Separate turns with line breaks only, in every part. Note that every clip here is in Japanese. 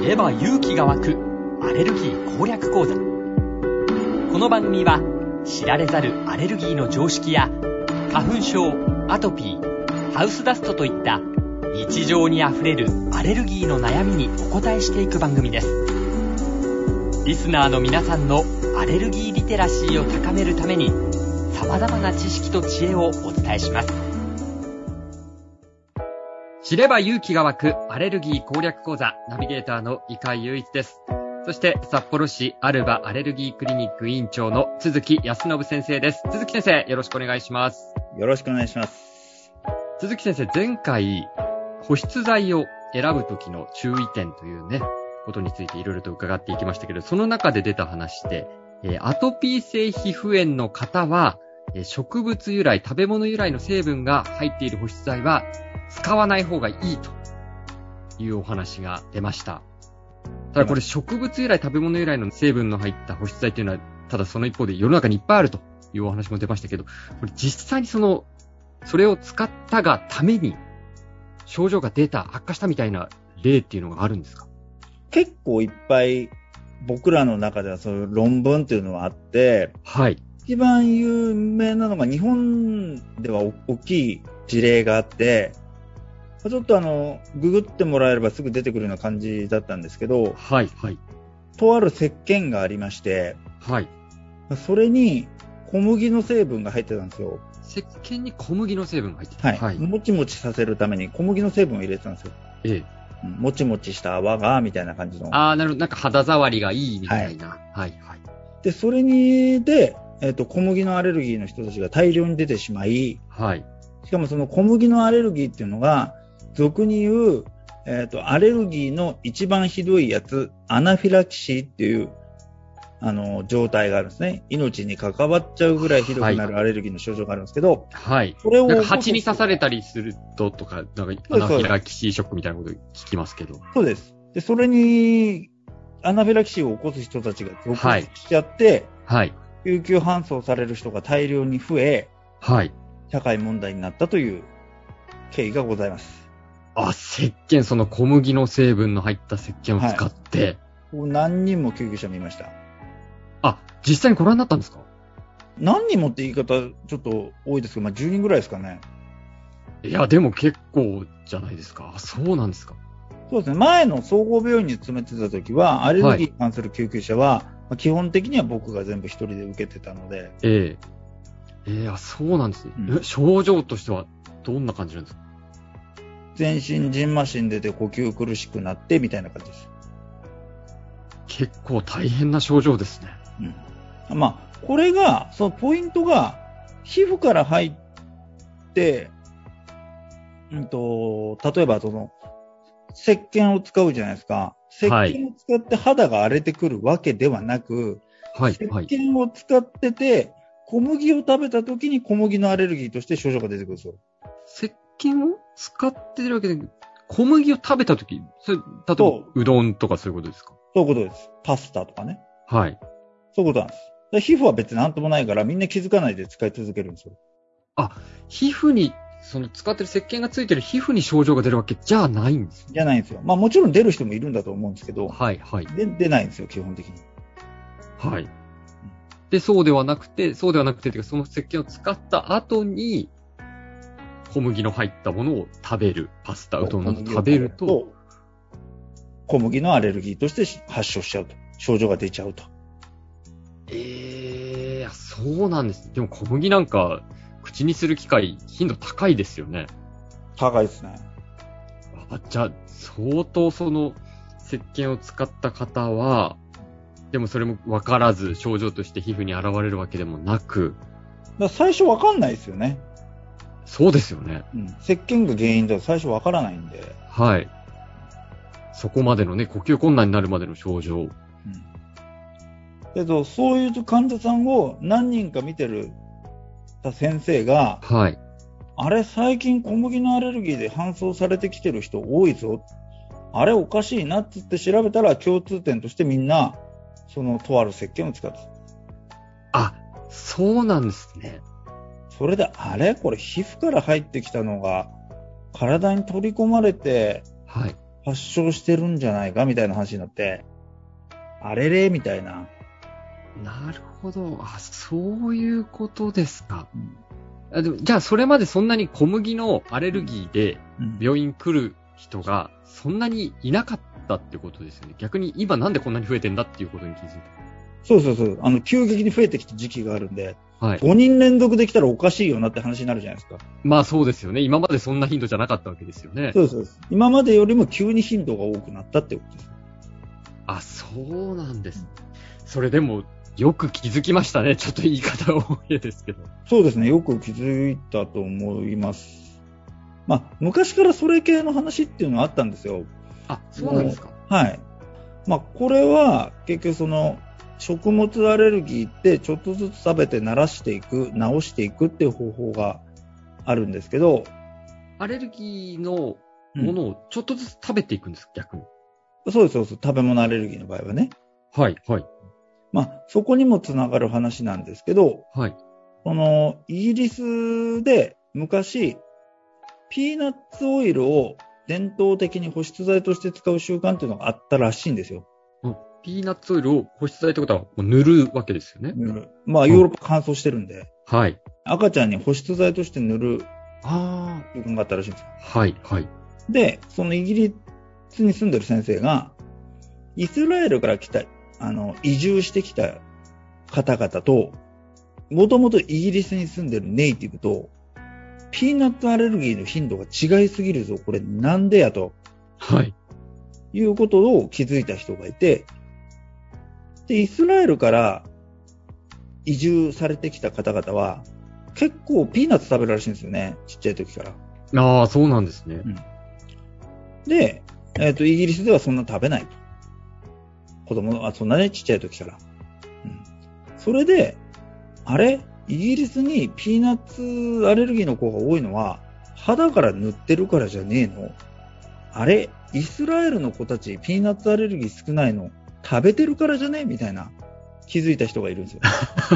知れば勇気が湧くアレルギー攻略講座この番組は知られざるアレルギーの常識や花粉症アトピーハウスダストといった日常にあふれるアレルギーの悩みにお答えしていく番組ですリスナーの皆さんのアレルギーリテラシーを高めるために様々な知識と知恵をお伝えします知れば勇気が湧くアレルギー攻略講座ナビゲーターの伊海雄一です。そして札幌市アルバアレルギークリニック委員長の鈴木康信先生です。鈴木先生、よろしくお願いします。
よろしくお願いします。
鈴木先生、前回保湿剤を選ぶときの注意点というね、ことについていろいろと伺っていきましたけど、その中で出た話で、えーアトピー性皮膚炎の方は、えー植物由来、食べ物由来の成分が入っている保湿剤は使わない方がいいというお話が出ました。ただこれ植物由来、食べ物由来の成分の入った保湿剤というのは、ただその一方で世の中にいっぱいあるというお話も出ましたけど、これ実際にそのそれを使ったがために、症状が出た、悪化したみたいな例っていうのがあるんですか
結構いっぱい僕らの中ではそういう論文っていうのはあって、
はい。
一番有名なのが日本ではお大きい事例があって、ちょっとあの、ググってもらえればすぐ出てくるような感じだったんですけど、
はい、はい、
とある石鹸がありまして、
はい。
それに小麦の成分が入ってたんですよ。
石鹸に小麦の成分が入ってた。
はい。もちもちさせるために小麦の成分を入れてたんですよ。
ええ。
うんもちもちした泡が、みたいな感じの。
ああ、なるほど。なんか肌触りがいいみたいな。はい、はい。
で、それに、で、えっ、と、小麦のアレルギーの人たちが大量に出てしまい、
はい。
しかもその小麦のアレルギーっていうのが、俗に言う、えっ、と、アレルギーの一番ひどいやつ、アナフィラキシーっていう、あの、状態があるんですね。命に関わっちゃうぐらいひどくな
はい
るアレルギーの症状があるんですけど、
はい。
それを。
なんか蜂に刺されたりするととか、なんかアナフィラキシーショックみたいなこと聞きますけど。
そうです。で、それに、アナフィラキシーを起こす人たちが続
はい
出しちゃって、
はい。
救急搬送される人が大量に増え、
はい。
社会問題になったという経緯がございます。
あ、石鹸、その小麦の成分の入った石鹸を使って、
何人も救急車見ました。
あ、実際にご覧になったんですか
何人もって言い方ちょっと多いですけど、まあ、10人ぐらいですかね。
いや、でも結構じゃないですか。あそうなんですか。
そうですね。前の総合病院に勤めてた時は、アレルギーに関する救急車は、まあ基本的には僕が全部一人で受けてたので、
ええええあ、そうなんですね、
う
え
ん
症状としてはどんな感じなんですか
全身ジンマシン出て呼吸苦しくなってみたいな感じです。
結構大変な症状ですね。
うん。まあ、これが、そのポイントが、皮膚から入って、うんと、例えばその、石鹸を使うじゃないですか。石
はい
鹸を使って肌が荒れてくるわけではなく、
はい
石、
はい。
鹸を使ってて、小麦を食べた時に小麦のアレルギーとして症状が出てくるんですよ。
石鹸を使ってるわけで、小麦を食べたとき、それ、例えば
そう
うどんとかそういうことですか
そういうことです。パスタとかね。
はい。
そういうことなんです。で皮膚は別になんともないから、みんな気づかないで使い続けるんですよ。
皮膚に、その使ってる石鹸がついてる皮膚に症状が出るわけじゃないんですね。
じゃないんですよ。まあもちろん出る人もいるんだと思うんですけど、
はい、はい。
で出ないんですよ、基本的に。
はい。で、そうではなくて、そうではなくて、てかその石鹸を使った後に、小麦の入ったものを食べる、パスタ、うどんなど食べると、、
小麦のアレルギーとして発症しちゃうと。症状が出ちゃうと。
ええー、そうなんです。でも小麦なんか、口にする機会、頻度高いですよね。
高いですね。
あ、じゃあ、相当その、石鹸を使った方は、でもそれも分からず、症状として皮膚に現れるわけでもなく、
だから最初わかんないですよね。
そうですよね。
うん。石鹸が原因だと最初わからないんで。
はい。そこまでのね、呼吸困難になるまでの症状。
うん。けど、そういう患者さんを何人か見てる先生が、
はい。
あれ最近小麦のアレルギーで搬送されてきてる人多いぞ。あれおかしいなっつって調べたら共通点としてみんな、そのとある石鹸を使ってた
あ、そうなんですね。
それで、あれこれ皮膚から入ってきたのが、体に取り込まれて、
はい。
発症してるんじゃないかみたいな話になって、あれれみたいな。
なるほど。あ、そういうことですか。あでもじゃあ、それまでそんなに小麦のアレルギーで
うん
病院来る人がそんなにいなかったってことですよね。逆に今なんでこんなに増えてんだっていうことに気づい
そうそうそう。あの、急激に増えてきた時期があるんで、
た。はい。
5人連続できたらおかしいよなって話になるじゃないですか。
まあそうですよね。今までそんな頻度じゃなかったわけですよね。
そうそうそう。今までよりも急に頻度が多くなったってことです。
あ、そうなんです。それでも、よく気づきましたね。ちょっと言い方多いですけど。
そうですね。よく気づいたと思います。まあ、昔からそれ系の話っていうのはあったんですよ。
あ、そうなんですか。
はい。まあ、これは結局その食物アレルギーってちょっとずつ食べて慣らしていく、治していくっていう方法があるんですけど、
アレルギーの
うん
ものをちょっとずつ食べていくんです、逆に。
そうです、そうです。食べ物アレルギーの場合はね。
はい、はい、
まあ、そこにもつながる話なんですけど、
はい。
このイギリスで昔、ピーナッツオイルを伝統的に保湿剤として使う習慣っていうのがあったらしいんですよ。
ピーナッツオイルを保湿剤ってことはもう塗るわけですよね。
まあ、ヨーロッパ乾燥してるんで、
はい。
赤ちゃんに保湿剤として塗る
あ
習慣があったらしいんですよ。
あ。はい、はい。
で、そのイギリスに住んでる先生が、イスラエルから来た、あの、移住してきた方々と、もともとイギリスに住んでるネイティブと、ピーナッツアレルギーの頻度が違いすぎるぞ、これなんでやと
はい。
いうことを気づいた人がいて、で、イスラエルから移住されてきた方々は、結構ピーナッツ食べるらしいんですよね、ちっちゃい時から。
ああ、そうなんですね。
で、えっ、と、イギリスではそんな食べないと。子供はそんなね、ちっちゃい時から。うん。それで、あれイギリスにピーナッツアレルギーの子が多いのは、肌から塗ってるからじゃねえのあれイスラエルの子たちピーナッツアレルギー少ないの食べてるからじゃねえみたいな気づいた人がいる んですよ。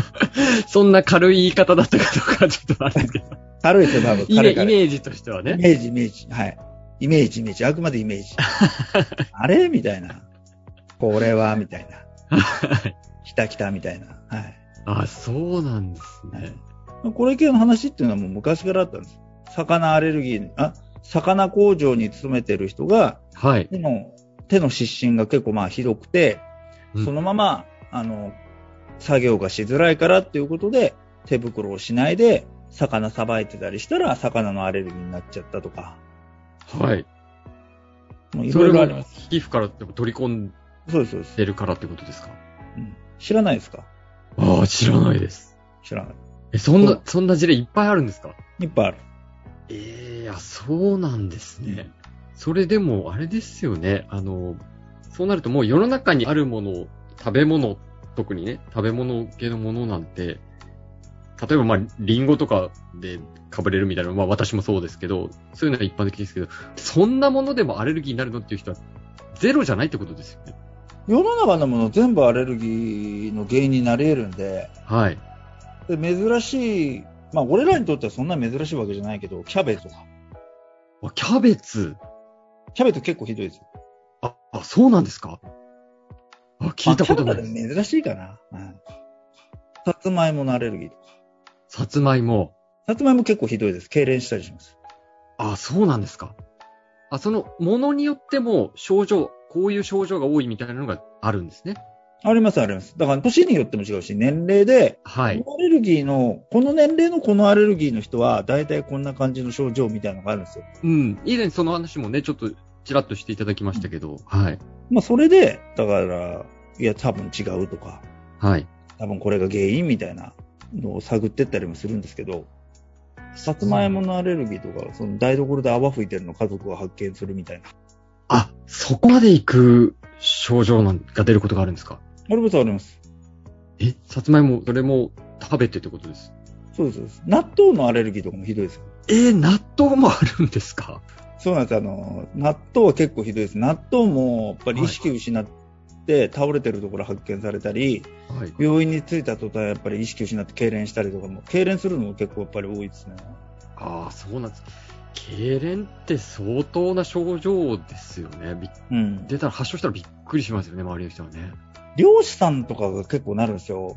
そんな軽い言い方だったかどうかはちょっとあれですけど。
軽いですよ、多分。
イメ
軽い
イ
軽い
メージとしては
イ
ね。
メージ、イメージ。はい。イメージ、イメージ。あくまでイメ ージ。あれみたいな。これはみたいな。 きたきたみたいな。はい。
ああ、そうなんですね。
これ系の話っていうのはもう昔からあったんです。魚アレルギー、あ、魚工場に勤めてる人が、
はい。
手の、手の湿疹が結構まあひどくて
う、ん
そのまま、あの、作業がしづらいからっていうことで、手袋をしないで、魚さばいてたりしたら、魚のアレルギーになっちゃったとか、
はい。
もうい
そ
ろ
れ
いろあ
が
ります。
皮膚からでも取り込ん
そうです、そうです。
でるからってことですか
うん知らないですか
ああ、知らないです。
知らない。
え、そん
そ
な
う、
そんな事例いっぱいあるんですか
いっぱいある。
ええあ、そうなんですね。それでも、あれですよね。あの、そうなるともう世の中にあるもの、食べ物、特にね、食べ物系のものなんて、例えばまあ、リンゴとかでかぶれるみたいな、まあ私もそうですけど、そういうのは一般的ですけど、そんなものでもアレルギーになるのっていう人は、ゼロじゃないってことですよね。
世の中のもの全部アレルギーの原因になり得るんで、
はい。
で珍しい、まあ俺らにとってはそんな珍しいわけじゃないけど、キャベツとか。
あキャベツ。
キャベツ結構ひどいですよ。
あ、あ、そうなんですかあ、聞いたことな
あ
い
キ
で
ャ
す。
ベツは珍しいかな。うん。さつまいものアレルギーとか。
さつまいも。
さつまいも結構ひどいです。痙攣したりします。
あ、そうなんですか。あ、その、ものによっても症状、こういう症状が多いみたいなのがあるんですね。
あります、あります。だから年によっても違うし、年齢で、
はい。
このアレルギーの、この年齢のこのアレルギーの人は、大体こんな感じの症状みたいなのがあるんですよ。
うん。以前その話もね、ちょっと、ちらっとしていただきましたけど、はい。
まあそれで、だから、いや、多分違うとか、
はい。
多分これが原因みたいなのを探ってったりもするんですけど、さつまいものアレルギーとか、その台所で泡吹いてるの家族が発見するみたいな。
あ、そこまで行く症状なんが出ることがあるんですか
ありますあります。
え、さつまいも、それも食べてってことです。
そうですそうです。納豆のアレルギーとかもひどいですよ。
えー納豆もあるんですか
そうなんです。あの、納豆は結構ひどいです。納豆も、やっぱり意識失って倒れてるところ発見されたり、
はい。
病院に着いた途端やっぱり意識失って痙攣したりとかも、痙攣するのも結構やっぱり多いですね。
ああ、そうなんです。痙攣って相当な症状ですよね。び
うん。
出たら発症したらびっくりしますよね、周りの人はね。
漁師さんとかが結構なるんですよ。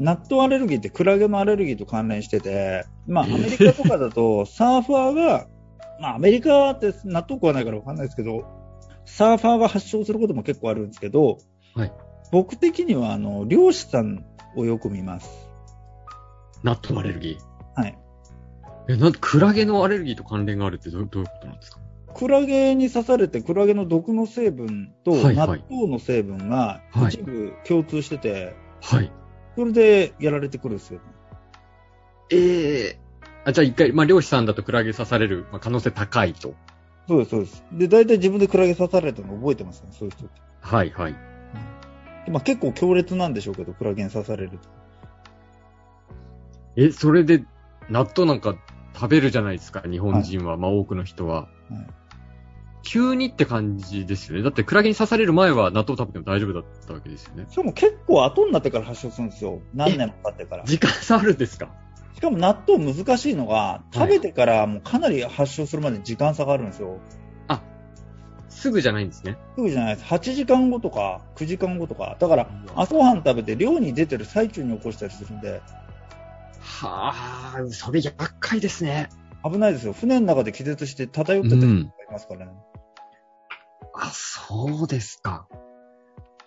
納豆アレルギーってクラゲのアレルギーと関連してて、まあア
えー
メリカとかだ とサーファーが、まあアメリカって納豆食わないからわかんないですけど、サーファーが発症することも結構あるんですけど、
はい
僕的にはあの漁師さんをよく見ます。
納豆アレルギー。
はい。
え、なんで、クラゲのアレルギーと関連があるってどうどういうことなんですか
クラゲに刺されてクラゲの毒の成分と
はいは
納
い
豆の成分が
はい
一部共通してて、
はい。
それでやられてくるんですよ。
ええあ、じゃあ一回、まあ、漁師さんだとクラゲ刺される、まあ、可能性高いと。
そうです、そうです。で、大体自分でクラゲ刺されたの覚えてますね、そういう人って。
はい、はい。
まあ結構強烈なんでしょうけど、クラゲに刺されると。
え、それで、納豆なんか食べるじゃないですか、日本人は。まあ、多くの人は。
はい
急にって感じですよね。だって、クラゲに刺される前は納豆食べても大丈夫だったわけですよね。
しかも結構後になってから発症するんですよ。何年も経ってから。
時間差あるんですか
しかも納豆難しいのが、食べてからもうかなり発症するまで時間差があるんですよ。
すぐじゃないんですね。
すぐじゃないです。8時間後とか、9時間後とか。だから、朝ごはん食べて漁に出てる最中に起こしたりするんで、
はあ、それ厄介ですね。
危ないですよ。船の中で気絶して漂ってた人がいますからね。
あ、そうですか。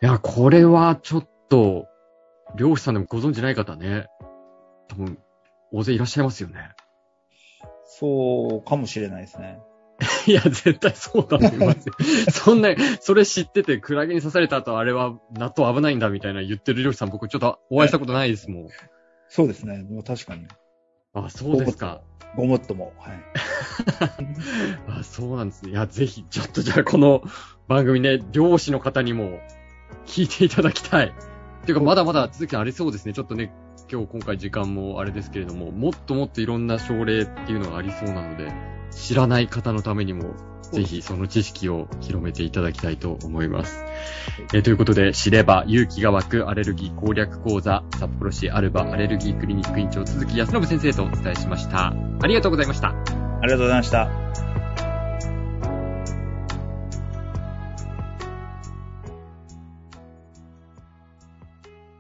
いや、これはちょっと、漁師さんでもご存知ない方ね、多分、大勢いらっしゃいますよね。
そうかもしれないですね。
いや、絶対そうだと思います よ。そんな、それ知ってて、クラゲに刺された後、あれは納豆危ないんだみたいな言ってる漁師さん、僕ちょっとお会いしたことないですもん。
そうですね。もう確かに。
あ、そうですか。
ごもっとも。はい。
あ、そうなんですね。いや、ぜひ、ちょっとじゃあこの番組ね、漁師の方にも聞いていただきたい。ていうか、まだまだ続きありそうですね。ちょっとね、今日今回時間もあれですけれども、もっともっといろんな症例っていうのがありそうなので、知らない方のためにも、ぜひその知識を広めていただきたいと思います。えーということで、知れば勇気が湧くアレルギー攻略講座、札幌市アルバアレルギークリニック院長鈴木康信先生とお伝えしました。ありがとうございました。
ありがとうございました。